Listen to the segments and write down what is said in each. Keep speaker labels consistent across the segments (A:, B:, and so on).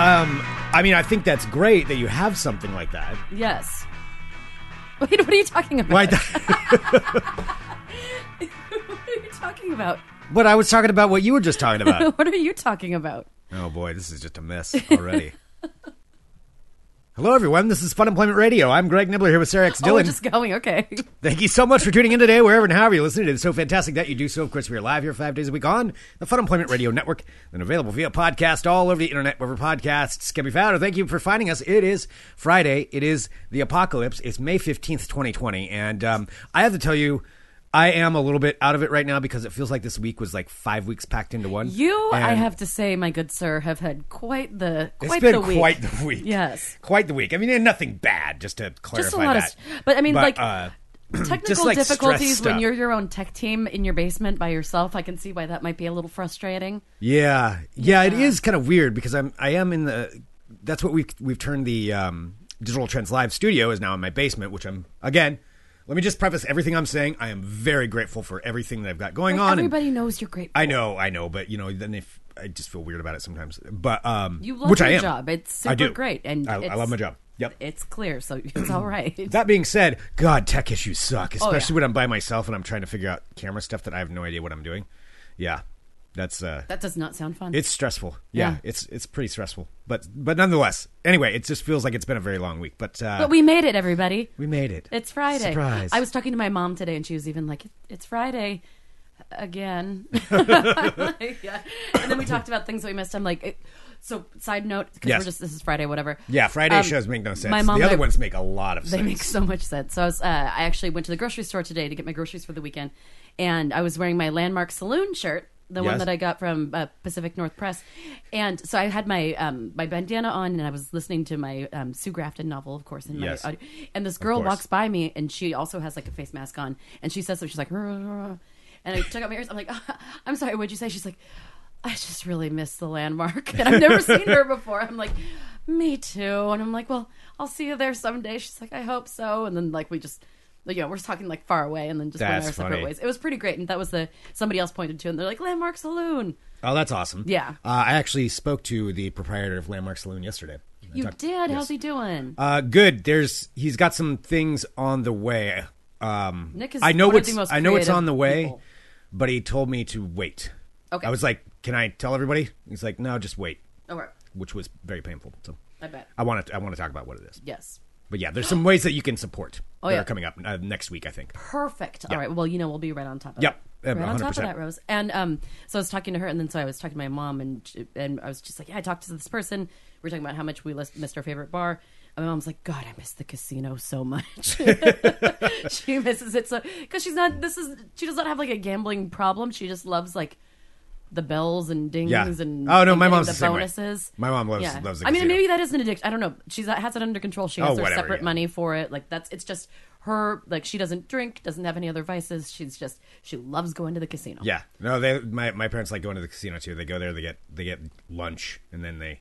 A: Um, I mean, I think that's great that you have something like that.
B: Yes. Wait, what are you talking about?
A: Why?
B: what are you talking about?
A: but I was talking about what you were just talking about.
B: What are you talking about?
A: Oh boy, this is just a mess already. Hello, everyone. This is Fun Employment Radio. I'm Greg Nibbler here with Sarah X.
B: Oh, we're
A: Dillon.
B: just going. Okay.
A: Thank you so much for tuning in today, wherever and however you listen. It is so fantastic that you do so. Of course, we are live here five days a week on the Fun Employment Radio Network and available via podcast all over the internet, wherever podcasts can be found. And thank you for finding us. It is Friday. It is the apocalypse. It's May 15th, 2020. And um, I have to tell you, I am a little bit out of it right now because it feels like this week was like five weeks packed into one.
B: You, I
A: And
B: have to say, my good sir, have had quite the
A: It's
B: quite
A: been
B: the week.
A: quite the week.
B: Yes.
A: Quite the week. I mean, and nothing bad, just to clarify
B: just a lot of,
A: that.
B: st- but I mean,
A: But,
B: like
A: uh,
B: technical
A: just, like, stress
B: difficulties when
A: stuff.
B: you're your own tech team in your basement by yourself. I can see why that might be a little frustrating.
A: Yeah. yeah, It is kind of weird because I'm I am in the. That's what we've we've turned the um, digital trends live studio is now in my basement, which I'm again. Let me just preface everything I'm saying. I am very grateful for everything that I've got going on. and
B: Everybody knows you're great.
A: I know, I know, but you know, then if I just feel weird about it sometimes, but um,
B: You love
A: which
B: your
A: I am.
B: job. It's super
A: I do.
B: great, and
A: I, I
B: it's-
A: love my job. Yep.
B: It's clear, so it's all right.
A: That being said, God, tech issues suck, especially
B: Oh, yeah.
A: when I'm by myself and I'm trying to figure out camera stuff that I have no idea what I'm doing. Yeah, that's uh,
B: that does not sound fun.
A: it's stressful. Yeah,
B: Yeah.
A: it's it's pretty stressful, but but nonetheless, anyway, it just feels like it's been a very long week. But, uh,
B: but we made it, everybody.
A: we made it.
B: It's Friday.
A: Surprise!
B: I was talking to my mom today, and she was even like, "It's Friday again." yeah. And then we talked about things that we missed. I'm like, it, so side note, because
A: Yes.
B: we're just this is Friday, whatever.
A: yeah, Friday
B: Um,
A: shows make no sense.
B: My mom,
A: the
B: and
A: other
B: I-
A: ones make a lot of
B: they
A: sense.
B: make so much sense. So I was, uh, I actually went to the grocery store today to get my groceries for the weekend, and I was wearing my Landmark Saloon shirt, the
A: Yes.
B: one that I got from uh, Pacific North Press, and so I had my um, my bandana on, and I was listening to my um, Sue Grafton novel, of course, in
A: Yes.
B: my audio. And this girl
A: course.
B: walks by me, and she also has like a face mask on, and she says something. She's like, "Ruh, ruh, ruh." and I took out my ears. I'm like, I'm sorry, what'd you say? She's like, I just really miss the landmark, and I've never seen her before. I'm like, me too. And I'm like, well, I'll see you there someday. She's like, I hope so. And then like we just. Like, you know, we're just talking like far away, and then just went
A: That's
B: our separate
A: funny.
B: ways. It was pretty great, and that was the somebody else pointed to, it, and they're like Landmark Saloon.
A: oh, that's awesome.
B: Yeah.
A: uh, I actually spoke to the proprietor of Landmark Saloon yesterday. I
B: You
A: talked-
B: did.
A: yes.
B: How's he doing?
A: Uh, good. There's he's got some things on the way. Um,
B: Nick is
A: I know
B: one of
A: what's
B: the most
A: I know it's
B: creative
A: on the way,
B: people.
A: but he told me to wait.
B: Okay.
A: I was like, "Can I tell everybody?" He's like, "No, just wait,"
B: All "Oh, right.
A: which was very painful. So
B: I bet.
A: I want to I want to talk about what it is.
B: Yes.
A: But yeah, there's some ways that you can support
B: Oh,
A: that
B: yeah.
A: are coming up uh, next week. I think.
B: Perfect. All right. Well, you know, we'll be right on top of
A: Yep.
B: that.
A: Um,
B: Right on top of
A: 100%.
B: that, Rose. And um, so I was talking to her, and then so I was talking to my mom, and she- and I was just like, yeah, I talked to this person. We were talking about how much we list, missed our favorite bar. And my mom's like, God, I miss the casino so much. she misses it so because she's not. This is she does not have like a gambling problem. She just loves like the bells and dings
A: Yeah.
B: and
A: Oh, no,
B: and
A: my
B: getting
A: mom's
B: the
A: the same way.
B: bonuses.
A: My mom loves- loves the
B: I mean,
A: casino.
B: maybe that is an addiction. I don't know. She's has it under control. She has
A: Oh,
B: her
A: whatever,
B: separate
A: yeah.
B: money for it. Like that's it's just her. Like she doesn't drink, doesn't have any other vices. She's just she loves going to the casino.
A: Yeah. No, they my, my parents like going to the casino too. They go there, they get they get lunch, and then they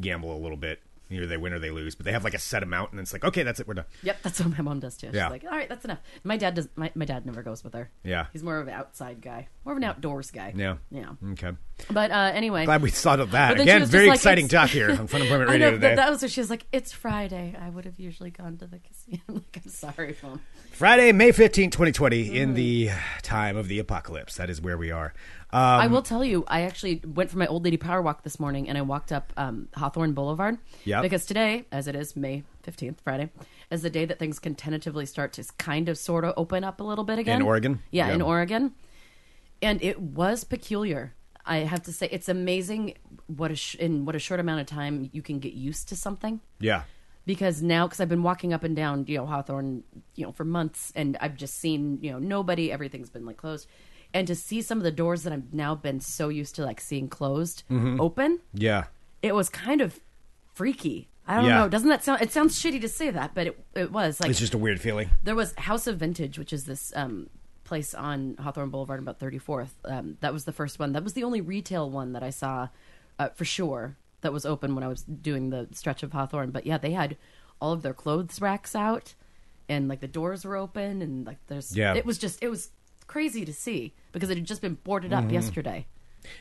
A: gamble a little bit. Either they win or they lose, but they have like a set amount, and it's like, okay, that's it, we're done.
B: Yep, that's what my mom does too. She's
A: Yeah.
B: like, all right, that's enough. My dad does. My, my dad never goes with her.
A: Yeah.
B: he's more of an outside guy, more of an outdoors guy.
A: Yeah.
B: yeah.
A: Okay.
B: But uh, anyway,
A: Glad we thought of that.
B: But then she
A: Again,
B: was just
A: very
B: like,
A: exciting talk
B: it's-
A: here on Fun Employment
B: I
A: Radio
B: know
A: today.
B: that, that was what she was like. It's Friday. I would have usually gone to the casino. I'm like, I'm sorry, mom.
A: Friday, May 15, 2020,
B: Mm.
A: in the time of the apocalypse. That is where we are. Um,
B: I will tell you, I actually went for my old lady power walk this morning, and I walked up um, Hawthorne Boulevard.
A: Yep.
B: Because today, as it is May fifteenth, Friday, is the day that things can tentatively start to kind of, sort of open up a little bit again
A: In Oregon?
B: Yeah, in
A: Yeah.
B: Oregon, and it was peculiar. I have to say, it's amazing what a sh- in what a short amount of time you can get used to something
A: yeah.
B: because now because I've been walking up and down you know Hawthorne you know for months and I've just seen you know nobody everything's been like closed and to see some of the doors that I've now been so used to like seeing closed open
A: Yeah.
B: it was kind of freaky I don't
A: Yeah.
B: know doesn't that sound it sounds shitty to say that but it it was like
A: It's just a weird feeling.
B: there was House of Vintage, which is this um, place on Hawthorne Boulevard, about 34th. Um, that was the first one. That was the only retail one that I saw uh, for sure that was open when I was doing the stretch of Hawthorne. But yeah, they had all of their clothes racks out, and like the doors were open, and like there's
A: Yeah. Mm-hmm.
B: it was just it was crazy to see because it had just been boarded up yesterday.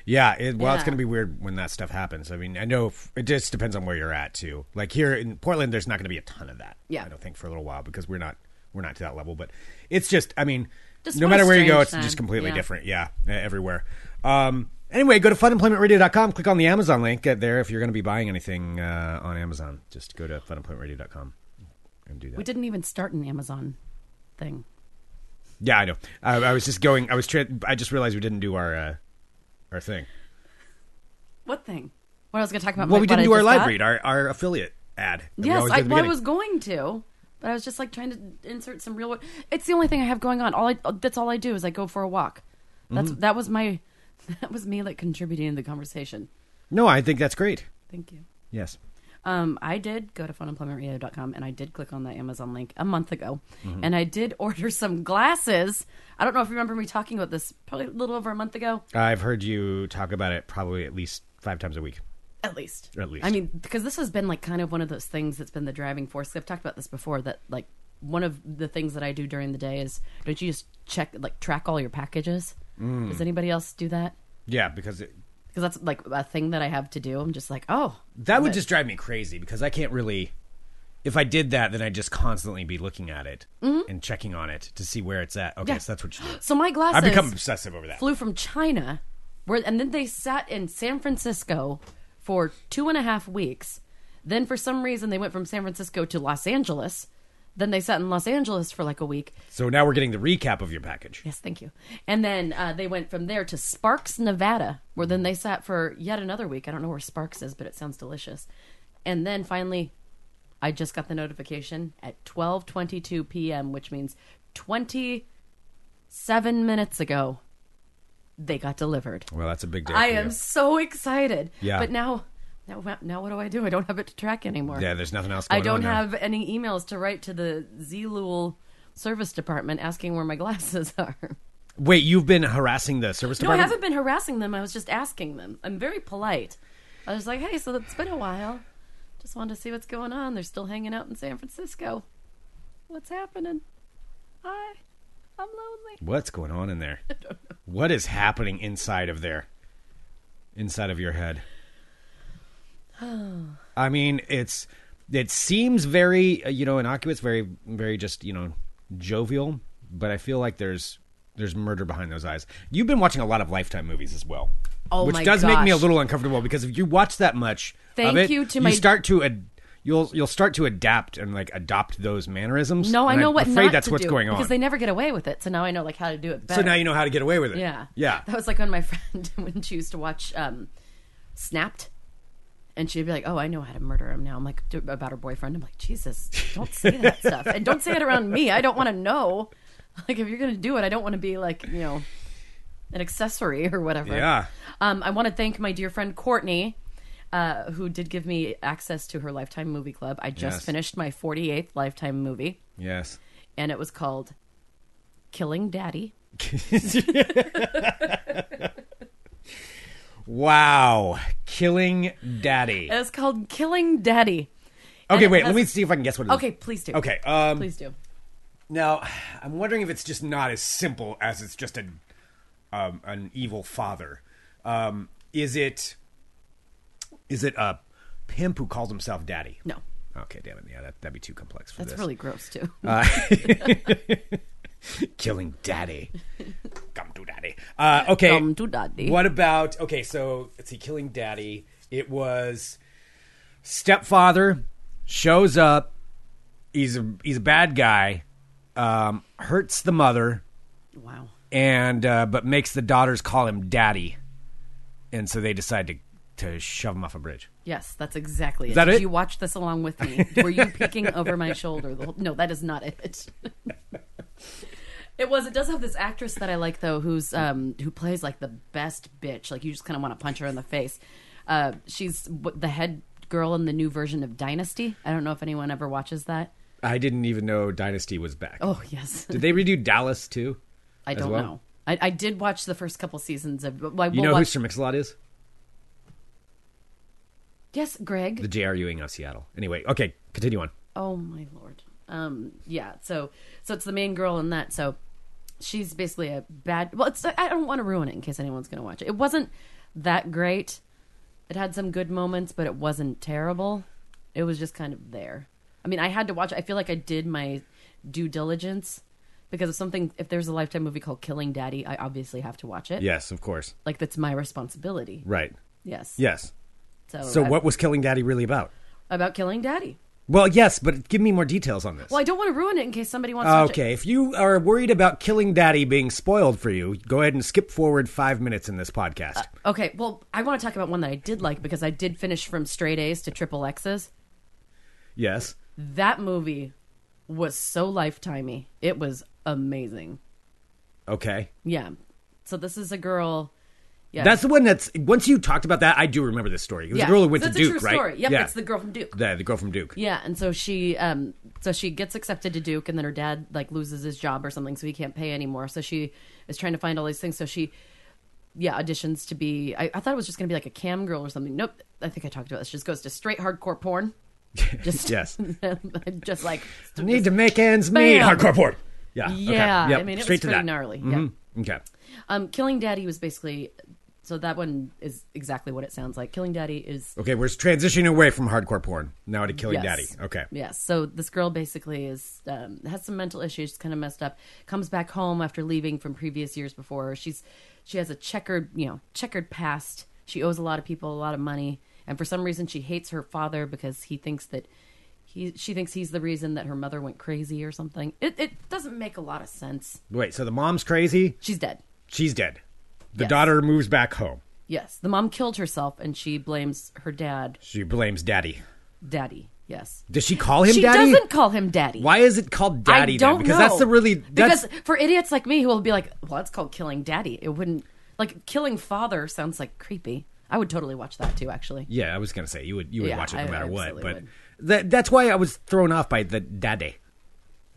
A: Yeah, it, well, it's
B: Yeah.
A: going to be weird when that stuff happens. I mean, I know if, it just depends on where you're at too. Like here in Portland, there's not going to be a ton of that.
B: Yeah.
A: I don't think for a little while because we're not we're not to that level. But it's just, I mean,
B: Just
A: no
B: what a
A: matter where you go,
B: strange
A: it's just
B: time.
A: completely
B: Yeah.
A: different. Yeah, e- everywhere. Um, anyway, go to funemploymentradio.com. Click on the Amazon link uh, there if you're going to be buying anything uh, on Amazon. Just go to funemploymentradio.com and do that.
B: We didn't even start an Amazon thing.
A: Yeah, I know. I, I was just going. I was. Tra- I just realized we didn't do our uh, our thing.
B: What thing? What I was going to talk about?
A: Well,
B: like,
A: we
B: what
A: didn't
B: I
A: do our
B: just
A: live
B: got?
A: read, our, our affiliate ad. that we
B: Yes,
A: always do
B: I,
A: at the
B: well, I
A: beginning.
B: was going to, but I was just like trying to insert some real. It's the only thing I have going on. All I that's all I do is I go for a walk. That's
A: Mm-hmm.
B: that was my that was me like contributing to the conversation.
A: No, I think that's great.
B: Thank you.
A: Yes.
B: Um, I did go to funemploymentradio.com and I did click on the Amazon link a month ago,
A: Mm-hmm.
B: and I did order some glasses. I don't know if you remember me talking about this probably a little over a month ago,
A: I've heard you talk about it probably at least five times a week.
B: at least.
A: At least.
B: I mean, because this has been like kind of one of those things that's been the driving force. I've talked about this before that like one of the things that I do during the day is don't you just check like track all your packages?
A: Mm.
B: Does anybody else do that?
A: Yeah, because it,
B: Because that's like a thing that I have to do. I'm just like, oh,
A: that would just drive me crazy because I can't really. If I did that, then I'd just constantly be looking at it and checking on it to see where it's at. Okay,
B: Mm-hmm. Yeah.
A: so that's what you do.
B: so my glasses.
A: I become obsessive over that.
B: flew from China, where and then they sat in San Francisco for two and a half weeks. Then for some reason they went from San Francisco to Los Angeles. Then they sat in Los Angeles for like a week.
A: So now we're getting the recap of your package.
B: Yes, thank you. And then uh, they went from there to Sparks, Nevada, where then they sat for yet another week. I don't know where Sparks is, but it sounds delicious. And then finally, I just got the notification at twelve twenty-two p.m., which means twenty-seven minutes ago. They got delivered.
A: Well, that's a big day.
B: I
A: for you.
B: am so excited.
A: Yeah.
B: But now, now, now, what do I do? I don't have it to track anymore.
A: Yeah, there's nothing else. Going
B: I don't
A: on now.
B: have any emails to write to the Zlul service department asking where my glasses are.
A: Wait, you've been harassing the service
B: No, I
A: department.
B: haven't been harassing them. I was just asking them. I'm very polite. I was like, hey, so it's been a while. Just wanted to see what's going on. They're still hanging out in San Francisco. What's happening? Hi, I'm lonely.
A: What's going on in there? What is happening inside of there? Inside of your head? I mean, it's it seems very uh, you know innocuous, very very just you know jovial, but I feel like there's there's murder behind those eyes. You've been watching a lot of Lifetime movies as well.
B: Oh
A: which
B: my
A: does make me a
B: gosh.
A: little uncomfortable because if you watch that much, of
B: Thank
A: it,
B: you to my-
A: start to ad- you'll you'll start to adapt and like adopt those mannerisms.
B: No, I
A: and
B: know
A: I'm
B: what
A: afraid
B: not
A: that's
B: to
A: what's
B: do,
A: going on
B: because they never get away with it. So now I know like how to do it better.
A: so now you know how to get away with it.
B: Yeah.
A: Yeah.
B: That was like when my friend would choose to watch um, Snapped. And she'd be like, "Oh, I know how to murder him now." I'm like d- about her boyfriend. I'm like, "Jesus, don't say that stuff, and don't say it around me. I don't want to know. Like, if you're gonna do it, I don't want to be like, you know, an accessory or whatever."
A: Yeah.
B: Um, I want to thank my dear friend Courtney, uh, who did give me access to her Lifetime Movie Club. I just
A: Yes.
B: finished my 48th Lifetime movie,
A: Yes.
B: and it was called "Killing Daddy."
A: Wow. Killing Daddy.
B: It's called Killing Daddy. And
A: Okay,
B: it
A: wait. Let
B: has-
A: me see if I can guess what it is.
B: Okay, please do.
A: Okay. Um,
B: Please do.
A: Now, I'm wondering if it's just not as simple as it's just a um, an evil father. Um, is it? Is it a pimp who calls himself Daddy?
B: No.
A: Okay, damn it. Yeah, that, that'd be too complex for
B: That's
A: this.
B: really gross too.
A: Killing Daddy. Come to Daddy. Uh, okay.
B: Come to daddy.
A: What about okay? So let's see. Killing Daddy. It was stepfather shows up. He's a he's a bad guy. Um, hurts the mother
B: wow.
A: and uh, but makes the daughters call him daddy, and so they decide to to shove him off a bridge.
B: Yes, that's exactly it.
A: that
B: Did
A: it?
B: you watch this along with me? Were you peeking over my shoulder? The whole... No, that is not it. it was. It does have this actress that I like though, who's um who plays like the best bitch. Like you just kind of want to punch her in the face. Uh, she's w- the head girl in the new version of Dynasty. I don't know if anyone ever watches that.
A: I didn't even know Dynasty was back.
B: Oh yes.
A: Did they redo Dallas too?
B: I
A: as
B: don't
A: well?
B: know. I, I did watch the first couple seasons of. Well, I
A: You
B: will
A: know who
B: watch-
A: Sir Mix-a-Lot is?
B: Yes, Greg.
A: The J.R. Ewing of uh, Seattle. Anyway, okay, continue on.
B: Oh my lord. Um, yeah. So, so it's the main girl in that. So, she's basically a bad. Well, it's I don't want to ruin it in case anyone's going to watch it. It wasn't that great. It had some good moments, but it wasn't terrible. It was just kind of there. I mean, I had to watch. it. I feel like I did my due diligence because if something, if there's a Lifetime movie called Killing Daddy, I obviously have to watch it.
A: Yes, of course.
B: Like that's my responsibility.
A: Right.
B: Yes.
A: Yes.
B: So,
A: So
B: I-
A: what was Killing Daddy really about?
B: about Killing Daddy?
A: Well, yes, but give me more details on this. Uh,
B: Well, I don't want to ruin it in case somebody wants. to watch it.
A: Okay, if you are worried about Killing Daddy being spoiled for you, go ahead and skip forward five minutes in this
B: Uh,
A: podcast.
B: Okay, well, I want to talk about one that I did like because I did finish from straight A's to triple X's.
A: yes.
B: That movie was so lifetimey. It was amazing.
A: Okay.
B: Yeah. So this is a girl. Yeah.
A: That's the one that's once you talked about that, I do remember this story. It was
B: yeah.
A: a girl who went
B: That's
A: to Duke,
B: a true
A: right?
B: Story. Yep,
A: yeah.
B: it's the girl from Duke.
A: the, the girl from Duke.
B: Yeah, and so she um so she gets accepted to Duke and then her dad like loses his job or something so he can't pay anymore. So she is trying to find all these things. So she yeah, auditions to be I, I thought it was just gonna be like a cam girl or something. Nope. I think I talked about this. She just goes to straight hardcore porn. Just
A: Yes.
B: just like
A: Need to make ends meet.
B: Bam.
A: Hardcore porn. Yeah. okay.
B: Yeah.
A: Yep,
B: I mean it
A: Straight
B: was
A: to that.
B: pretty
A: Mm-hmm.
B: gnarly. Yeah.
A: Okay.
B: Um Killing Daddy was basically so that one is exactly what it sounds like. Killing Daddy is
A: Okay, we're transitioning away from hardcore porn now to Killing
B: Yes.
A: Daddy. Oh, Okay.
B: Yes. So this girl basically is um, has some mental issues, kind of messed up. Comes back home after leaving from previous years before. She's she has a checkered, you know, checkered past. She owes a lot of people a lot of money, and for some reason she hates her father because he thinks that he she thinks he's the reason that her mother went crazy or something. It it doesn't make a lot of sense.
A: Wait. So the mom's crazy.
B: She's dead.
A: She's dead. The
B: Yes.
A: daughter moves back home.
B: Yes. The mom killed herself, and she blames her dad,
A: She blames daddy.
B: daddy. Yes.
A: Does she call him
B: she
A: daddy?
B: doesn't call him daddy.
A: Why is it called daddy? then?
B: I don't
A: Because
B: know.
A: that's the really that's,
B: because for idiots like me who will be like, well, it's called killing daddy. It wouldn't like killing father sounds like creepy. I would totally watch that too, actually.
A: Yeah, I was gonna say you would you would
B: Yeah,
A: watch it no
B: I
A: matter what,
B: absolutely
A: but
B: would.
A: that that's why I was thrown off by the daddy,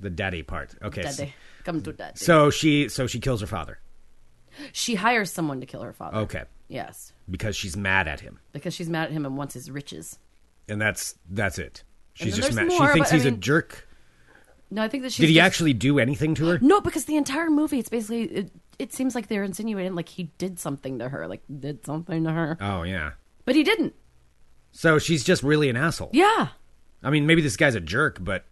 A: the daddy part. Okay, so,
B: Daddy, come to daddy.
A: so she so she kills her father.
B: she hires someone to kill her father.
A: Okay,
B: Yes,
A: because she's mad at him,
B: because she's mad at him and wants his riches.
A: and that's that's it. She's
B: then
A: just mad.
B: there's
A: she
B: more,
A: thinks
B: but I
A: he's a
B: mean-
A: jerk.
B: No, I think that she
A: Did he actually do anything to her?
B: No, because the entire movie, it's basically it, it seems like they're insinuating like he did something to her, like did something to her,
A: Oh yeah.
B: but he didn't.
A: So she's just really an asshole.
B: Yeah.
A: I mean, maybe this guy's a jerk, but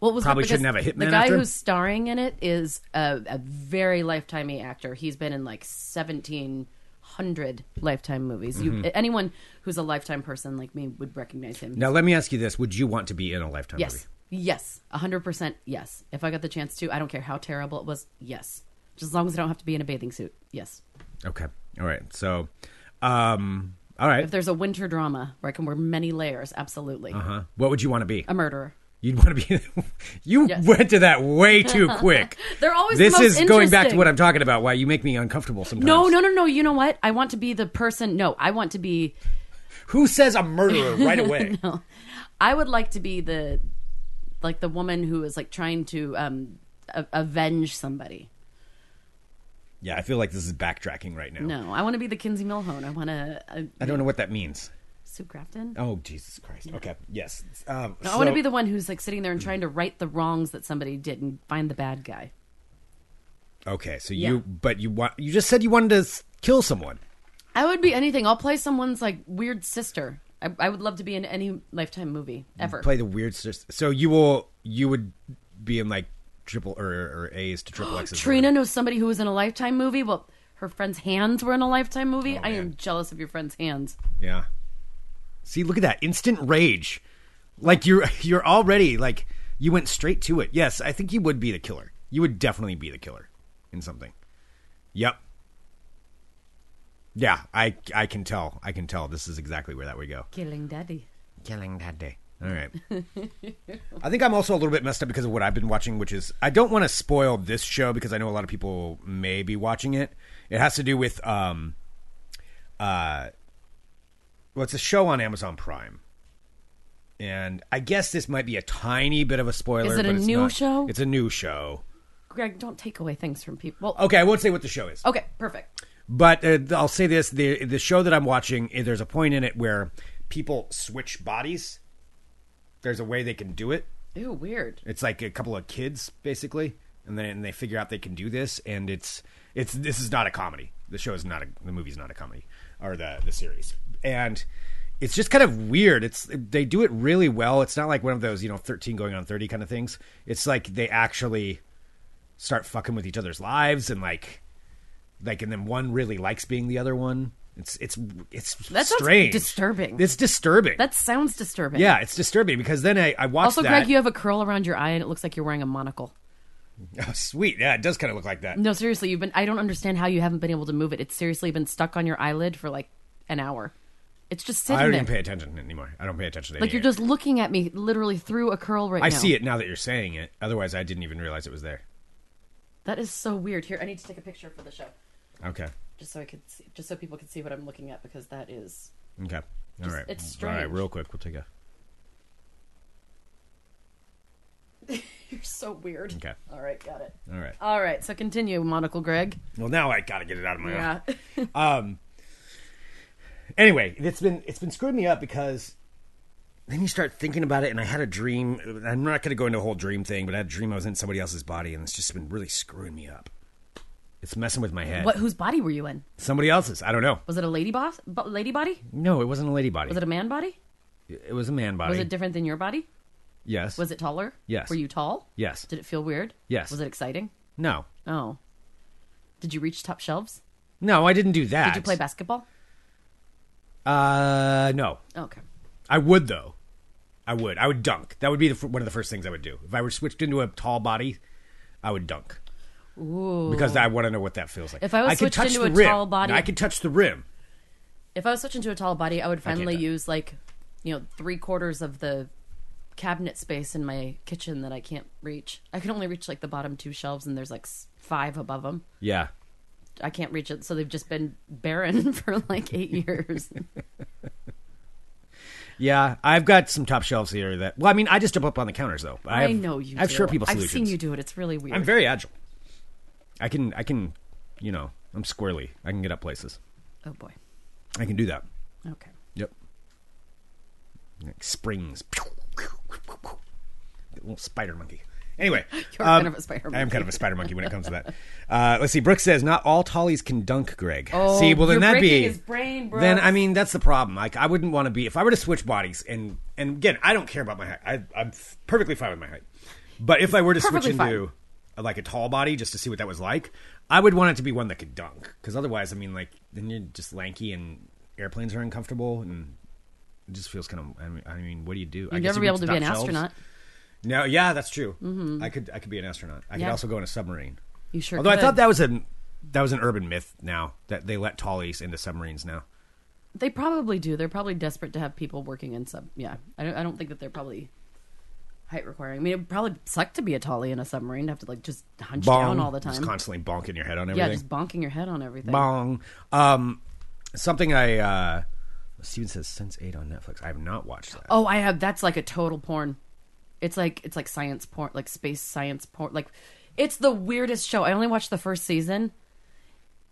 B: Well, it was
A: Probably
B: because
A: shouldn't have a hitman
B: The guy
A: after him.
B: who's starring in it is a, a very lifetimey actor. He's been in like seventeen hundred lifetime movies.
A: Mm-hmm.
B: You, anyone who's a lifetime person like me would recognize him.
A: now let me ask you this: Would you want to be in a lifetime movie?
B: yes, yes, hundred percent. Yes, if I got the chance to, I don't care how terrible it was. Yes, just as long as I don't have to be in a bathing suit. Yes,
A: Okay. All right. So, um, all right.
B: if there's a winter drama where I can wear many layers, absolutely.
A: Huh? Uh-huh. What would you want to be?
B: A murderer.
A: You'd want to be. you
B: Um, Yes.
A: went to that way too quick.
B: They're always the
A: This
B: most
A: is going back to
B: interesting.
A: what I'm talking about. Why you make me uncomfortable sometimes.
B: No, no, no, no. You know what? I want to be the person. No, I want to be.
A: Who says a murderer right away?
B: I would like to be the like the woman who is like trying to um a- avenge somebody.
A: Yeah, I feel like this is backtracking right now.
B: No, I want to be the Kinsey Milhone. I want to uh,
A: I don't know what that means.
B: Sue Grafton.
A: Oh Jesus Christ. Okay. Yes. Um,
B: No, I want to be the one who's like sitting there and trying to right the wrongs that somebody did and find the bad guy.
A: Okay. So
B: Yeah.
A: you, but you want. You just said you wanted to s- kill someone.
B: I would be anything. I'll play someone's like weird sister. I, I would love to be in any lifetime movie ever.
A: Play the weird. sis- So you will. You would be in like triple or, or A's to triple X's. or
B: Trina knows somebody who was in a lifetime movie. Well, her friend's hands were in a lifetime movie. I am
A: Oh, man.
B: jealous of your friend's hands.
A: Yeah. See, look at that instant rage. Like you're you're already like you went straight to it. Yes, I think you would be the killer. You would definitely be the killer in something. Yep. Yeah, I I can tell. I can tell. This is exactly where that would go.
B: Killing Daddy.
A: Killing that day. All right. I think I'm also a little bit messed up because of what I've been watching, which is I don't want to spoil this show because I know a lot of people may be watching it. It has to do with um, uh, well, it's a show on Amazon Prime, and I guess this might be a tiny bit of a spoiler.
B: Is it a
A: but it's
B: new
A: not-
B: show?
A: It's a new show.
B: Greg, don't take away things from people. Well,
A: Okay, I won't say what the show is.
B: Okay, perfect.
A: But uh, I'll say this: the the show that I'm watching, eh, there's a point in it where people switch bodies. There's a way they can do it.
B: Ew, weird.
A: It's like a couple of kids basically and then and they figure out they can do this, and it's it's this is not a comedy. The show is not a the movie's not a comedy or the the series, and it's just kind of weird. It's they do it really well. It's not like one of those you know thirteen going on thirty kind of things. It's like they actually start fucking with each other's lives and like like and then one really likes being the other one. It's it's it's
B: That sounds
A: strange,
B: disturbing.
A: It's disturbing.
B: That sounds disturbing.
A: yeah, it's disturbing because then I I watched
B: Also,
A: that.
B: Greg, you have a curl around your eye, and it looks like you're wearing a monocle.
A: Oh, sweet. Yeah, it does kind of look like that.
B: No, seriously, you've been. I don't understand how you haven't been able to move it. It's seriously been stuck on your eyelid for like an hour. It's just sitting
A: I don't
B: there.
A: even pay attention anymore. I don't pay attention to
B: like
A: any
B: you're
A: of it.
B: just looking at me literally through a curl right
A: I
B: now.
A: see it now that you're saying it. Otherwise, I didn't even realize it was there.
B: That is so weird. Here, I need to take a picture for the show,
A: Okay.
B: just so I could, see, just so people could see what I'm looking at, because that is.
A: Okay. All right.
B: it's
A: All right,
B: strange.
A: real quick, we'll take a.
B: You're so weird.
A: Okay.
B: All right, got it.
A: All right.
B: All right, so continue, monocle Greg.
A: Well, now I gotta get it out of my. eye.
B: Yeah.
A: Anyway, it's been it's been screwing me up because then you start thinking about it, and I had a dream. I'm not gonna go into a whole dream thing, but I had a dream I was in somebody else's body, and it's just been really screwing me up. It's messing with my head.
B: what? Whose body were you in?
A: Somebody else's. I don't know.
B: Was it a lady boss? bo- Lady body?
A: No, it wasn't a lady body.
B: Was it a man body?
A: it, was a man body.
B: Was it different than your body?
A: yes.
B: Was it taller?
A: Yes.
B: Were you tall?
A: Yes.
B: Did it feel weird?
A: Yes.
B: Was it exciting?
A: no.
B: Oh. Did you reach top shelves?
A: No, I didn't do that.
B: Did you play basketball?
A: Uh, no.
B: Okay.
A: I would though. I would. I would dunk. That would be the, fir- one of the first things I would do. If I were switched into a tall body, I would dunk
B: Ooh.
A: because I want to know what that feels like.
B: If I was
A: could
B: switched
A: touch
B: into
A: the
B: a
A: rim.
B: tall body-
A: I could touch the rim.
B: If I was switching to a tall body, I would finally
A: do it.
B: use like, you know, three quarters of the cabinet space in my kitchen that I can't reach. I can only reach like the bottom two shelves, and there's like s- five above them.
A: Yeah.
B: I can't reach it, so they've just been barren for like eight years.
A: Yeah, I've got some top shelves here. That well, I mean, I just jump up on the counters though. I,
B: I
A: have-
B: know you.
A: I have
B: do.
A: sure people
B: I've
A: solutions.
B: seen you do it. It's really weird.
A: I'm very agile. I can. I can. You know, I'm squirrely. I can get up places.
B: oh boy.
A: I can do that.
B: Okay.
A: Yep. Like springs. Little spider monkey. Anyway, um,
B: You're kind of a spider
A: I am
B: monkey.
A: kind of a spider monkey when it comes to that. Uh, let's see. Brooke says, "Not all tallies can dunk." Greg.
B: Oh,
A: see, well then
B: you're
A: that'd
B: breaking
A: be
B: his brain, Brooke.
A: Then I mean, that's the problem. Like, I wouldn't want to be if I were to switch bodies. And and again, I don't care about my height. I, I'm f- perfectly fine with my height. But if I were to switch
B: Perfectly
A: into uh, like a tall body just to see what that was like, I would want it to be one that could dunk. Because otherwise, I mean, like then you're just lanky and airplanes are uncomfortable and. It just feels kind of. I mean, I mean, what do you do? I
B: You'd
A: guess
B: never
A: you
B: be able
A: could
B: to be an
A: stop shelves.
B: astronaut. Mm-hmm.
A: No, yeah, that's true. I could I could be an astronaut. I could
B: Yeah.
A: also go in a submarine.
B: You sure
A: Although I
B: could.
A: thought that was a that was an urban myth now that they let tallies into submarines now.
B: They probably do. They're probably desperate to have people working in sub. Yeah, I don't, I don't think that they're probably height requiring. I mean, it would probably suck to be a tolly in a submarine to have to like just hunch down all the
A: Just
B: time.
A: constantly bonking your head on
B: Yeah,
A: everything.
B: just bonking your head on everything.
A: Bong. Um, something I uh, Steven says since eight on Netflix. I have not watched that.
B: Oh, I have. That's like a total porn. It's like it's like science porn, like space science porn. Like it's the weirdest show. I only watched the first season,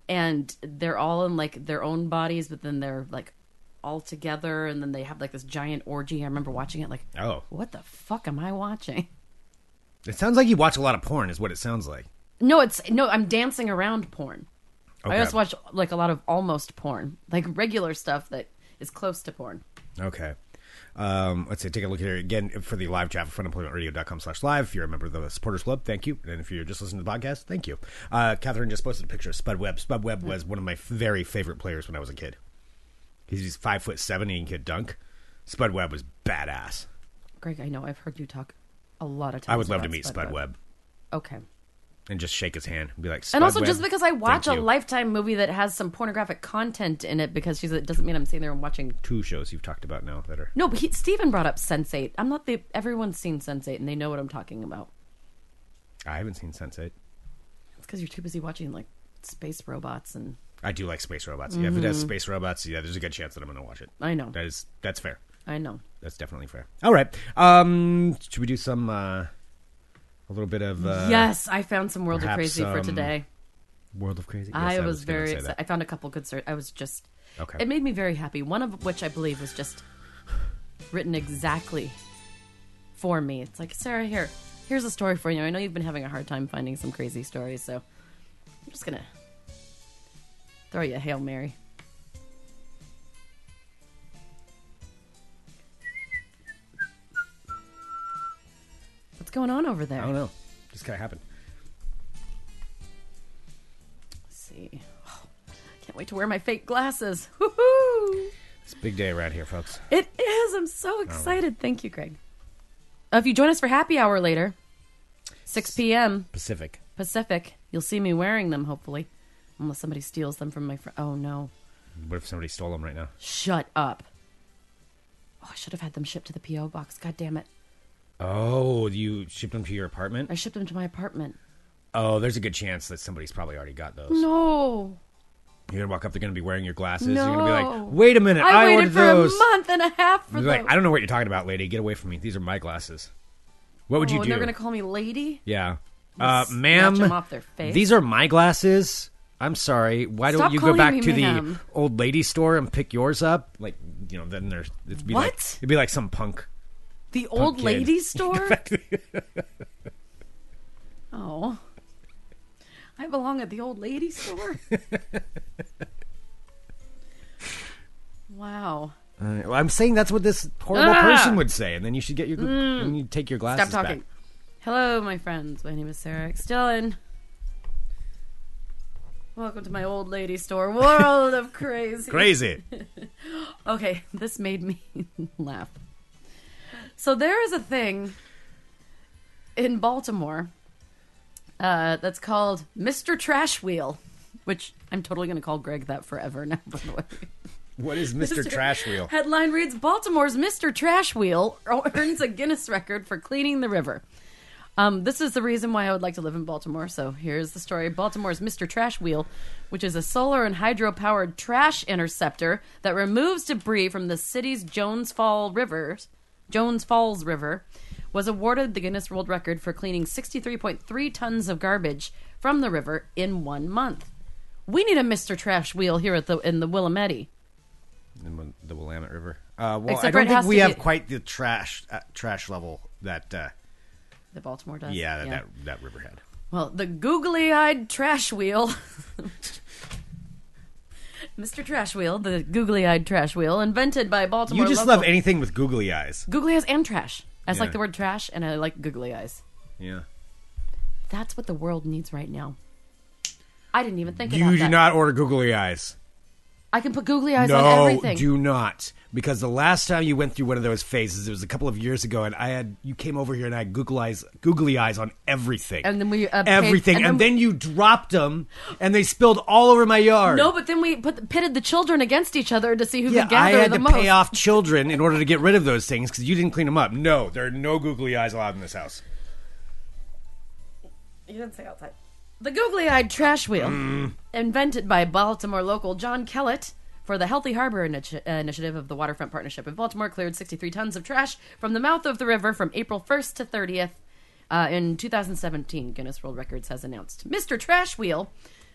B: and they're all in like their own bodies, but then they're like all together, and then they have like this giant orgy. I remember watching it. Like,
A: Oh.
B: what the fuck am I watching?
A: It sounds like you watch a lot of porn, is what it sounds like.
B: No, it's no. I'm dancing around porn.
A: Okay.
B: I also watch like a lot of almost porn, like regular stuff that is close to porn.
A: Okay. Um, let's see, take a look here again for the live chat for funemploymentradio.com slash live. If you're a member of the supporters club, thank you. And if you're just listening to the podcast, thank you. Uh, Catherine just posted a picture of Spud Webb. Spud Webb was one of my very favorite players when I was a kid. He's five foot seven and he could dunk. Spud Webb was badass.
B: Greg, I know I've heard you talk a lot of times.
A: I would love to
B: about
A: meet Spud Webb
B: Okay.
A: and just shake his hand and be like, Spud
B: And also,
A: Webb,
B: just because I watch a
A: thank you."
B: Lifetime movie that has some pornographic content in it, because she's it doesn't mean I'm sitting there and watching.
A: two shows you've talked about now that are
B: No, but he, Steven brought up Sense8. I'm not the everyone's seen Sense8 and they know what I'm talking about.
A: I haven't seen Sense Eight.
B: It's because you're too busy watching like space robots and
A: I do like space robots. Yeah, if it has
B: Mm.
A: space robots, yeah, there's a good chance that I'm going to watch it.
B: I know.
A: that is that's fair.
B: I know.
A: That's definitely fair. All right. Um, should we do some uh, a little bit of uh,
B: yes, I found some World of
A: perhaps,
B: Crazy for
A: um,
B: today.
A: World of Crazy? Yes,
B: I, was,
A: gonna
B: very
A: say
B: excited.
A: that.
B: I found a couple good search. I was just.
A: Okay.
B: It made me very happy. One of which I believe was just written exactly for me. It's like Sarah, here, here's a story for you. I know you've been having a hard time finding some crazy stories, so I'm just gonna throw you a hail mary. What's going on over there?
A: I don't know. Just kind of happened.
B: Let's see. Oh, can't wait to wear my fake glasses. Woohoo!
A: It's a big day around here, folks.
B: It is. I'm so
A: Oh.
B: excited. Thank you, Greg. Uh, If you join us for happy hour later, 6 p.m.
A: Pacific.
B: Pacific, you'll see me wearing them, hopefully. Unless somebody steals them from my friend. Oh, no.
A: What if somebody stole them right now?
B: Shut up. Oh, I should have had them shipped to the P.O. box. God damn it.
A: Oh, you shipped them to your apartment?
B: I shipped them to my apartment.
A: Oh, there's a good chance that somebody's probably already got those.
B: No.
A: You're gonna walk up. They're gonna be wearing your glasses. You're gonna be
B: No.
A: like, "Wait a minute! I,
B: I,
A: ordered
B: waited for
A: those."
B: a month and a half for
A: You're
B: those.
A: like, I don't know what you're talking about, lady. Get away from me. These are my glasses. What would
B: oh,
A: you
B: and
A: do?
B: They're going to call me lady?
A: yeah, uh,
B: snatch
A: ma'am.
B: them off their face.
A: These are my glasses. I'm sorry. Why don't
B: Stop
A: you go
B: calling
A: back
B: me
A: to the
B: ma'am.
A: old lady store and pick yours up? Like, you know, then there's it'd be like
B: What?
A: it'd be like some punk.
B: The old
A: kid.
B: lady store? oh. I belong at the old lady store? wow.
A: Uh, well, I'm saying that's what this horrible
B: Ah! Mm.
A: person would say, and then you should get your and you take your glasses
B: Stop talking.
A: back.
B: Hello, my friends. My name is Sarah X. Dillon. Welcome to my old lady store world of crazy.
A: Crazy.
B: Okay, this made me laugh. So there is a thing in Baltimore uh, that's called Mr. Trash Wheel, which I'm totally going to call Greg that forever now. By the way,
A: what is Mr. Trash Wheel?
B: Headline reads: Baltimore's Mr. Trash Wheel earns a Guinness record for cleaning the river. Um, this is the reason why I would like to live in Baltimore. So here's the story: Baltimore's Mr. Trash Wheel, which is a solar and hydro-powered trash interceptor that removes debris from the city's Jones Fall River, Jones Falls River, was awarded the Guinness World Record for cleaning 63.3 tons of garbage from the river in one month. We need a Mr. Trash Wheel here at the in the Willamette.
A: in Wil- the Willamette River. Uh, well,
B: Except
A: I
B: for it
A: don't think
B: has
A: we
B: to
A: have
B: be-
A: quite the trash uh, trash level that uh,
B: The Baltimore does.
A: yeah, that, that that river had.
B: Well, the googly-eyed trash wheel. Mr. Trash Wheel, the googly-eyed trash wheel, invented by Baltimore.
A: You just
B: local-
A: love anything with googly eyes.
B: googly eyes and trash. I just
A: Yeah.
B: like the word trash, and I like googly eyes.
A: Yeah.
B: That's what the world needs right now. I didn't even think
A: You
B: about
A: do
B: that.
A: not order googly eyes.
B: I can put googly eyes on
A: No,
B: everything.
A: do not. Because the last time you went through one of those phases, it was a couple of years ago, and I had you came over here and I had googly eyes, googly eyes on everything,
B: And then we, uh, paid-
A: everything,
B: and
A: and,
B: then-
A: then, you dropped them, and they spilled all over my yard.
B: no, but then we put, pitted the children against each other to see who
A: Yeah,
B: could
A: I
B: gather
A: had
B: the
A: to
B: most.
A: pay off children in order to get rid of those things because you didn't clean them up. No, there are no googly eyes allowed in this house.
B: You didn't say outside. The googly eyed trash wheel, invented by Baltimore local John Kellett for the Healthy Harbor initi- uh, Initiative of the Waterfront Partnership in Baltimore, cleared 63 tons of trash from the mouth of the river from April 1st to 30th uh, in 2017, Guinness World Records has announced. Mr. Trash Wheel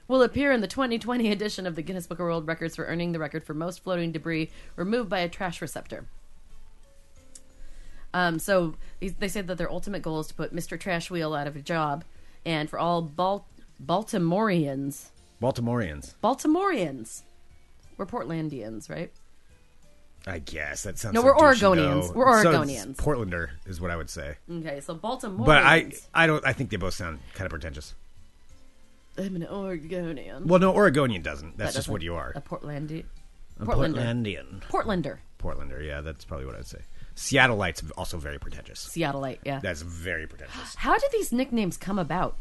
B: will appear in the 2020 edition of the Guinness Book of World Records for earning the record for most floating debris removed by a trash receptor. Um, so these- they said that their ultimate goal is to put Mr. Trash Wheel out of a job, and for all Bal- Baltimoreans,
A: Baltimoreans.
B: Baltimoreans, we're Portlandians, right?
A: I guess that sounds.
B: No,
A: so
B: we're
A: douchey,
B: Oregonians.
A: though.
B: We're
A: So,
B: Oregonians.
A: Portlander is what I would say,
B: Okay, so Baltimoreans.
A: but I, I don't. I think they both sound kind of pretentious.
B: I'm an Oregonian.
A: Well, no, Oregonian doesn't. That's
B: That
A: just what
B: doesn't-
A: you are.
B: A Portlandi-
A: A
B: Portlander.
A: Portlandian.
B: Portlander.
A: Portlander. Yeah, that's probably what I'd say. Seattleites are also very pretentious.
B: Seattleite, yeah.
A: That's very pretentious.
B: How did these nicknames come about?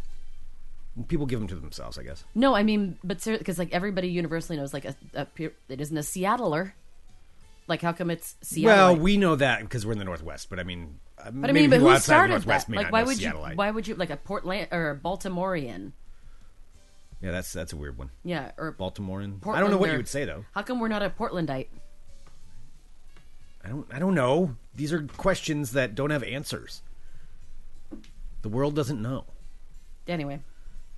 A: People give them to themselves, I guess.
B: No, I mean, but seriously, because like everybody universally knows, like a, a, pe- it isn't a Seattler. Like, how come it's Seattle?
A: Well, we know that because we're in the Northwest, but I mean, but
B: But I mean, but
A: people
B: who
A: outside the
B: started
A: Northwest
B: that?
A: may
B: Like,
A: not
B: why
A: know
B: would you?
A: Seattleite.
B: Why would you like a Portland or a Baltimorean?
A: Yeah, that's that's a weird one.
B: Yeah, or
A: Baltimorean. I don't know what
B: Portlander.
A: you would say though.
B: How come we're not a Portlandite?
A: I don't I don't know. These are questions that don't have answers. The world doesn't know.
B: Anyway,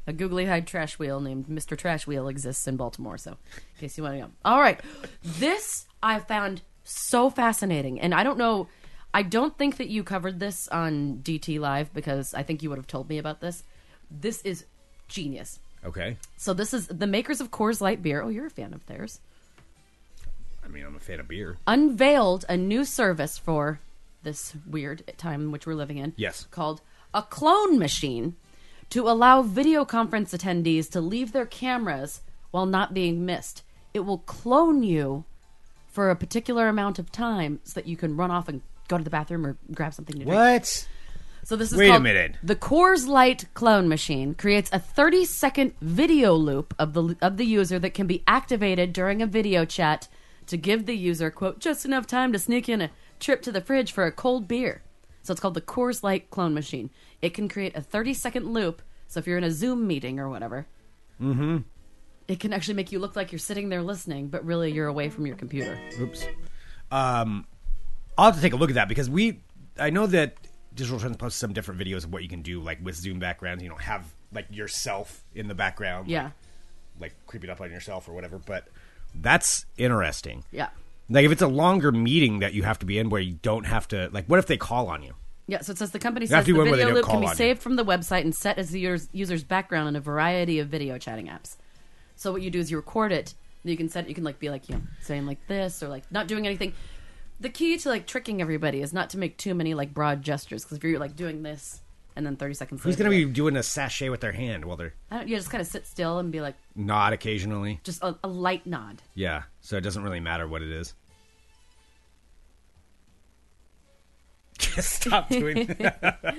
B: a googly-eyed trash wheel named Mr. Trash Wheel exists in Baltimore. So, in case you want to know. All right, this I found so fascinating, and I don't know. I don't think that you covered this on DT Live because I think you would have told me about this. This is genius.
A: Okay.
B: So this is the makers of Coors Light beer. Oh, you're a fan of theirs.
A: I mean, I'm a fan of beer.
B: Unveiled a new service for this weird time in which we're living in.
A: Yes.
B: Called a clone machine to allow video conference attendees to leave their cameras while not being missed. It will clone you for a particular amount of time so that you can run off and go to the bathroom or grab something to drink.
A: What?
B: So this is
A: Wait a
B: called-
A: minute.
B: The Coors Light clone machine creates a 30-second video loop of the of the user that can be activated during a video chat to give the user quote just enough time to sneak in a trip to the fridge for a cold beer. So it's called the Coors Light clone machine. It can create a 30-second loop. So if you're in a Zoom meeting or whatever,
A: Mm-hmm.
B: it can actually make you look like you're sitting there listening, but really you're away from your computer.
A: Oops. Um, I'll have to take a look at that because we, I know that Digital Trends posts some different videos of what you can do, like with Zoom backgrounds. You know, have like yourself in the background,
B: Yeah.
A: like creeping up on yourself or whatever. But that's interesting.
B: Yeah.
A: Like if it's a longer meeting that you have to be in where you don't have to, like, what if they call on you?
B: Yeah, so it says the company
A: have
B: says
A: to
B: the
A: do one where they
B: video
A: don't
B: loop can
A: call
B: be
A: on you.
B: saved from the website and set as the user's, user's background in a variety of video chatting apps. So what you do is you record it, then you can set it. You can like be like you know, saying like this or like not doing anything. The key to like tricking everybody is not to make too many like broad gestures because if you're like doing this and then thirty seconds
A: Who's
B: later,
A: going to be doing a sachet with their hand while they're
B: I don't, yeah, just kind of sit still and be like
A: not occasionally?
B: just a, a light nod.
A: Yeah. So it doesn't really matter what it is. Just stop doing that.
B: All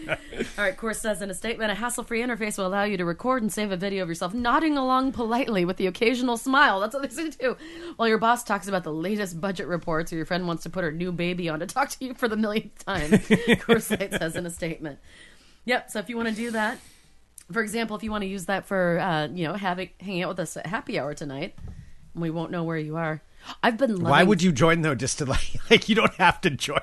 B: right, Course says in a statement, a hassle free interface will allow you to record and save a video of yourself nodding along politely with the occasional smile. That's what they say too. While your boss talks about the latest budget reports or your friend wants to put her new baby on to talk to you for the millionth time, Course Light says in a statement. Yep, so if you want to do that, for example, if you want to use that for, uh, you know, having, hanging out with us at happy hour tonight, and we won't know where you are. I've been loving
A: Why would you join though? Just to like, like you don't have to join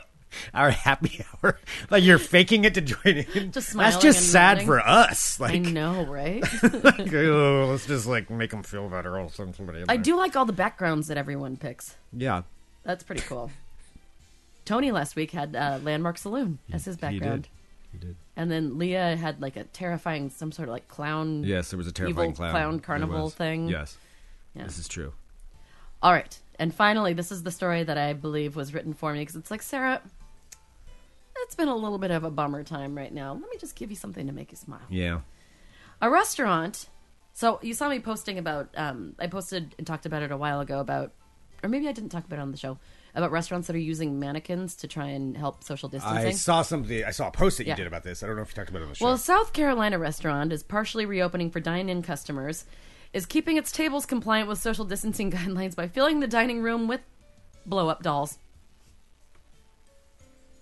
A: our happy hour. Like you're faking it to join in.
B: Just
A: That's
B: smiling
A: just
B: and
A: sad
B: nodding.
A: for us. Like,
B: I know, right?
A: like, oh, let's just like make them feel better. Or send somebody. In
B: I
A: there.
B: do like all the backgrounds that everyone picks.
A: Yeah,
B: That's pretty cool. Tony last week had uh, Landmark Saloon as his
A: he
B: background.
A: did. He did.
B: And then Leah had like a terrifying, some sort of like clown.
A: Yes, there was a terrifying
B: evil
A: clown. There
B: carnival
A: was.
B: thing.
A: Yes,
B: Yeah.
A: this is true.
B: All right. And finally, this is the story that I believe was written for me because it's like, Sarah, it's been a little bit of a bummer time right now. Let me just give you something to make you smile.
A: Yeah.
B: a restaurant. So you saw me posting about. Um, I posted and talked about it a while ago about, or maybe I didn't talk about it on the show about restaurants that are using mannequins to try and help social distancing.
A: I saw something. I saw a post that you
B: Yeah.
A: did about this. I don't know if you talked about it on the show.
B: Well, a South Carolina restaurant is partially reopening for dine-in customers, is keeping its tables compliant with social distancing guidelines by filling the dining room with blow-up dolls.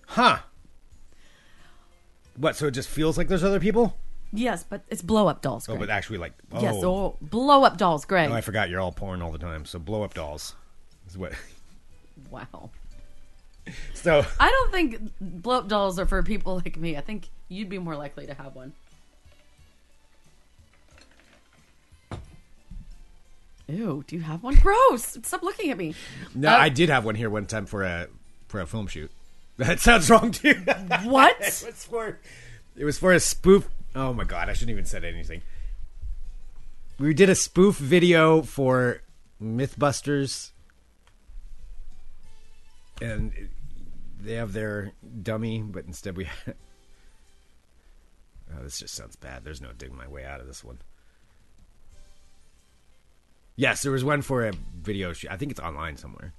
A: huh? What? So it just feels like there's other people?
B: Yes, but it's blow-up dolls.
A: Oh,
B: Greg.
A: but actually, like, oh,
B: yes, oh, blow-up dolls, Greg.
A: Oh, I forgot you're all porn all the time. So blow up dolls is what.
B: wow.
A: So
B: I don't think blow-up dolls are for people like me. I think you'd be more likely to have one. Ew, do you have one? Gross! Stop looking at me.
A: no,
B: Uh,
A: I did have one here one time for a for a film shoot. That sounds wrong too. it
B: What?
A: was for it was for a spoof. Oh my god, I shouldn't even said anything. We did a spoof video for MythBusters, and they have their dummy, but instead we. oh, this just sounds bad. There's no digging my way out of this one. Yes, there was one for a video shoot. I think it's online somewhere.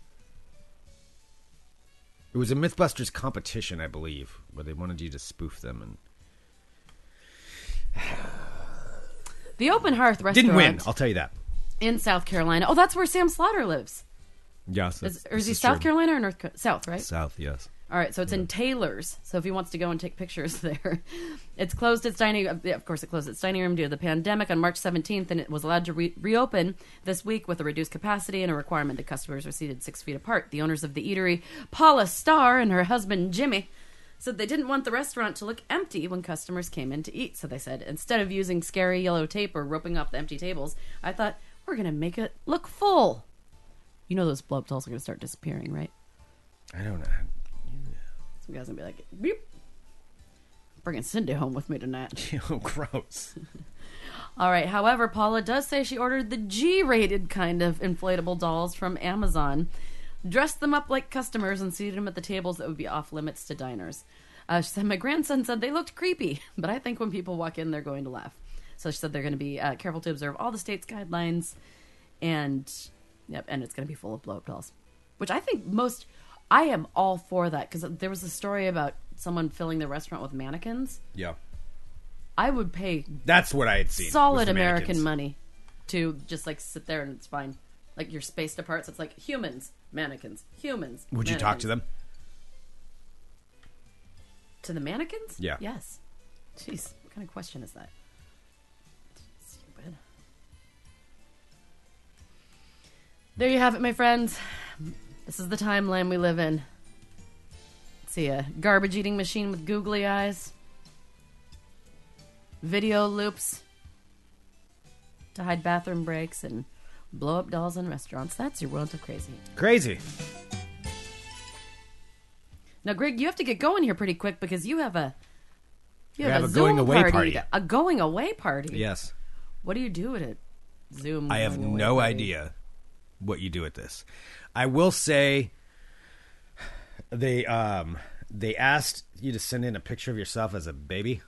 A: It was a MythBusters competition, I believe, where they wanted you to spoof them and
B: The Open Hearth restaurant.
A: didn't win. I'll tell you that.
B: in South Carolina. Oh, that's where Sam Slaughter lives.
A: Yes,
B: Is, or is he South Carolina or North Ca- South? Right.
A: South, yes.
B: All right. So it's in Taylor's. So if he wants to go and take pictures there, it's closed its dining. uh, Of course, it closed its dining room due to the pandemic on March 17th, and it was allowed to re- reopen this week with a reduced capacity and a requirement that customers are seated six feet apart. The owners of the eatery, Paula Starr and her husband Jimmy. Said they didn't want the restaurant to look empty when customers came in to eat. So they said, instead of using scary yellow tape or roping off the empty tables, I thought, we're going to make it look full. You know those blow up dolls are going to start disappearing, right?
A: I don't know.
B: Some guy's gonna be like, Beep. bringing Cindy home with me tonight.
A: oh, gross.
B: All right. However, Paula does say she ordered the G-rated kind of inflatable dolls from Amazon, dressed them up like customers, and seated them at the tables that would be off limits to diners. Uh, she said, "My grandson said they looked creepy, but I think when people walk in, they're going to laugh." So she said they're going to be uh, careful to observe all the state's guidelines, and yep, and it's going to be full of blow-up dolls, which I think most. I am all for that because there was a story about someone filling the restaurant with mannequins.
A: Yeah.
B: I would pay
A: That's what I had seen. was
B: solid
A: the
B: American
A: mannequins.
B: money to just like sit there and it's fine. Like you're spaced apart, so it's like humans, mannequins, humans.
A: Would you talk to
B: mannequins.
A: them?
B: To the mannequins?
A: Yeah.
B: Yes. Jeez, what kind of question is that? Stupid. There you have it, my friends. This is the timeline we live in. See a garbage eating machine with googly eyes, video loops to hide bathroom breaks, and blow up dolls in restaurants. That's your world of crazy.
A: Crazy.
B: Now, Greg, you have to get going here pretty quick because you have a you
A: We
B: have,
A: have a
B: Zoom
A: going away
B: party.
A: party.
B: A going away party.
A: Yes.
B: What do you do at it? Zoom.
A: I have
B: going away
A: no
B: party?
A: idea what you do with this. I will say they um they asked you to send in a picture of yourself as a baby.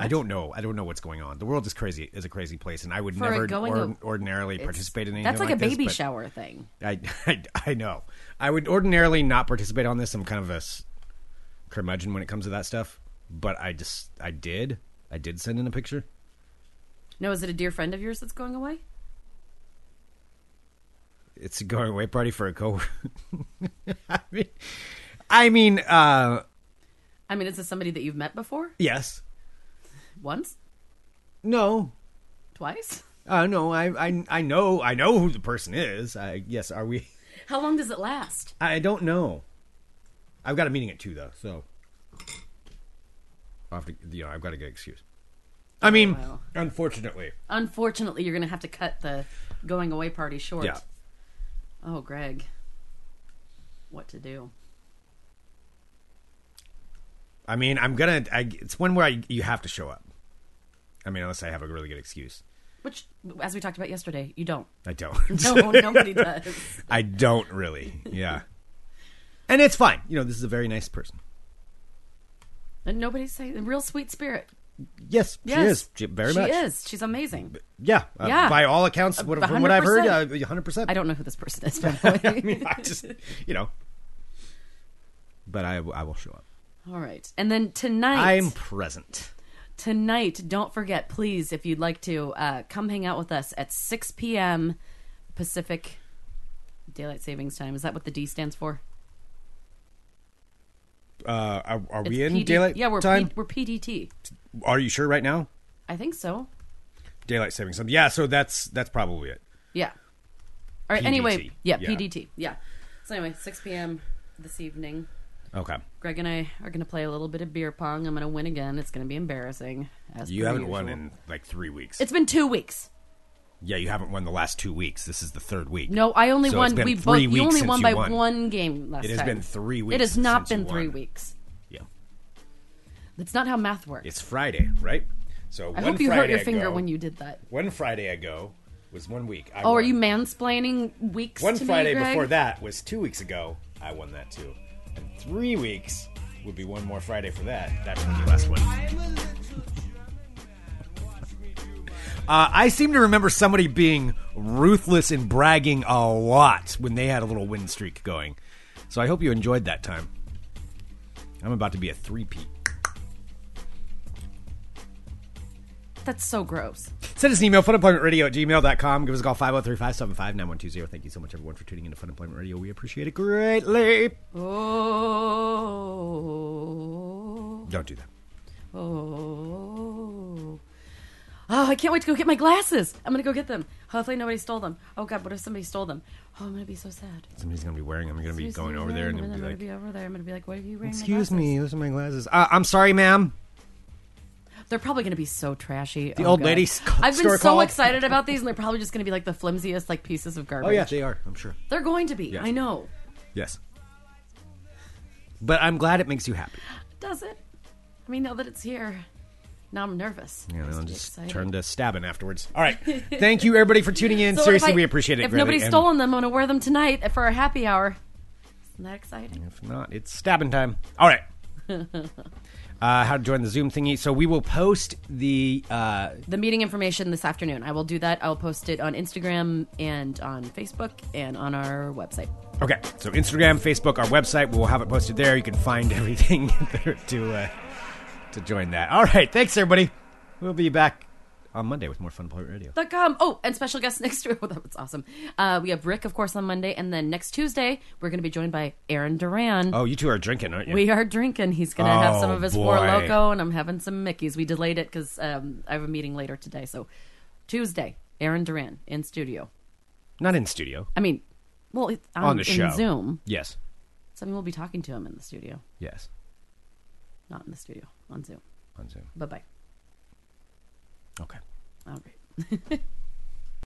A: I don't know. I don't know what's going on. The world is crazy is a crazy place, and I would
B: For a
A: never
B: going
A: or-
B: a-
A: ordinarily
B: It's-
A: participate in anything.
B: That's like, a
A: this,
B: baby
A: but
B: shower thing.
A: I, I I know. I would ordinarily not participate on this. I'm kind of a s- curmudgeon when it comes to that stuff, but I just I did. I did send in a picture.
B: No, is it a dear friend of yours that's going away?
A: it's a going away party for a co. I mean, I mean, uh,
B: I mean, is this somebody that you've met before?
A: yes,
B: Once,
A: no,
B: twice?
A: uh, no. I, I, I know, I know who the person is. I, yes, are we?
B: How long does it last?
A: I don't know. I've got a meeting at two though, so I have to. You know, I've got a good excuse. I mean,
B: wow.
A: unfortunately,
B: Unfortunately, you're going to have to cut the going away party short.
A: yeah.
B: Oh, Greg, what to do?
A: I mean, I'm gonna. I, it's one where I, you have to show up. I mean, unless I have a really good excuse.
B: Which, as we talked about yesterday, you don't.
A: I don't.
B: No, nobody does.
A: I don't really. Yeah. and it's fine. You know, this is a very nice person.
B: And nobody's saying real sweet spirit.
A: Yes,
B: Yes,
A: she is. She, very
B: she
A: much.
B: is. She's amazing.
A: Yeah. uh,
B: Yeah.
A: By all accounts, what, from what I've heard, uh, 100%.
B: I don't know who this person is, by the way.
A: I mean, I just, you know. But I, I will show up.
B: All right. And then tonight,
A: I'm present.
B: tonight, don't forget, please, if you'd like to, uh, come hang out with us at 6 p.m. Pacific Daylight Savings Time. Is that what the D stands for?
A: Uh, are are
B: It's
A: we in
B: PD
A: daylight
B: Yeah, we're,
A: time?
B: P- we're PDT.
A: are you sure right now?
B: I think so.
A: Daylight savings time. Yeah, so that's that's probably it.
B: Yeah. All right. Anyway,
A: PDT.
B: yeah,
A: Yeah.
B: PDT. Yeah. So anyway, 6 p.m. this evening.
A: Okay.
B: Greg and I are going to play a little bit of beer pong. I'm going to win again. It's going to be embarrassing. As
A: You
B: per
A: haven't
B: usual.
A: won in like three weeks.
B: It's been two weeks.
A: yeah, you haven't won the last two weeks. This is the third week.
B: No, I only
A: So it's
B: won.
A: been
B: we
A: three
B: both. You
A: weeks
B: only
A: since
B: won
A: you
B: by
A: won.
B: one game last time.
A: It has been three
B: It
A: weeks
B: has not
A: since you
B: been three
A: won.
B: weeks.
A: Yeah.
B: That's not how math works.
A: It's Friday, right? So
B: I
A: one
B: hope you
A: Friday
B: hurt your finger
A: ago-
B: when you did that.
A: One Friday ago was one week. I
B: Oh, are
A: won.
B: you mansplaining weeks?
A: One
B: to
A: Friday
B: me, Greg?
A: before that was two weeks ago. I won that too. And three weeks would be one more Friday for that. That's when you last won. Uh, I seem to remember somebody being ruthless and bragging a lot when they had a little win streak going. So I hope you enjoyed that time. I'm about to be a three-peat.
B: That's so gross.
A: Send us an email, funemploymentradio at gmail.com. Give us a call, 503 575 9120. Thank you so much, everyone, for tuning into Fun Employment Radio. We appreciate it greatly.
B: Oh,
A: Don't do that.
B: oh, oh! I can't wait to go get my glasses. I'm gonna go get them. Hopefully nobody stole them. Oh God, what if somebody stole them? Oh, I'm gonna be so sad.
A: Somebody's going to be wearing them. You're going to be going over there and
B: I'm
A: then be
B: gonna
A: like,
B: be over there. I'm gonna be like, what are you wearing? my
A: Excuse
B: glasses?"
A: me, those are my glasses. Uh, I'm sorry, ma'am.
B: They're probably going to be so trashy. The
A: old lady sc-
B: I've been
A: store
B: so
A: called.
B: excited about these, and they're probably just going to be like the flimsiest like Oh,
A: Oh,
B: pieces of garbage.
A: they are, I'm sure.
B: they're going to be.
A: Yes.
B: I know.
A: Yes. but I'm glad it makes you happy.
B: Does it? I mean, now that it's here, now I'm nervous.
A: You know,
B: Just
A: and
B: be
A: just
B: excited.
A: turn to stabbing afterwards. All right. Thank you, everybody, for tuning in.
B: So if
A: Seriously,
B: I-
A: we appreciate it.
B: If
A: Greta,
B: nobody's
A: and
B: stolen them, I'm going to wear them tonight for our happy hour. Isn't that exciting?
A: If not, it's stabbing time. All right. uh, how to join the Zoom thingy. So we will post the. Uh,
B: The meeting information this afternoon. I will do that. I'll post it on Instagram and on Facebook and on our website.
A: okay. So Instagram, Facebook, our website. We'll have it posted there. You can find everything there to uh, to join that. All right. Thanks, everybody. We'll be back on Monday with more Fun Point Radio.
B: dot com. Oh, and special guests next week. Well, that was awesome. Uh, we have Rick, of course, on Monday, and then next Tuesday we're going to be joined by Aaron Duran.
A: Oh, you two are drinking, aren't you?
B: We are drinking. He's going to have some
A: Oh,
B: of his Four
A: boy.
B: Loco, and I'm having some Mickey's. We delayed it because um, I have a meeting later today. So Tuesday, Aaron Duran in studio.
A: not in studio.
B: I mean, well, it's on,
A: On the
B: in
A: show.
B: Zoom.
A: Yes.
B: So I mean, we'll be talking to him in the studio,
A: Yes.
B: not in the studio, on Zoom.
A: On Zoom.
B: Bye bye.
A: Okay.
B: All right.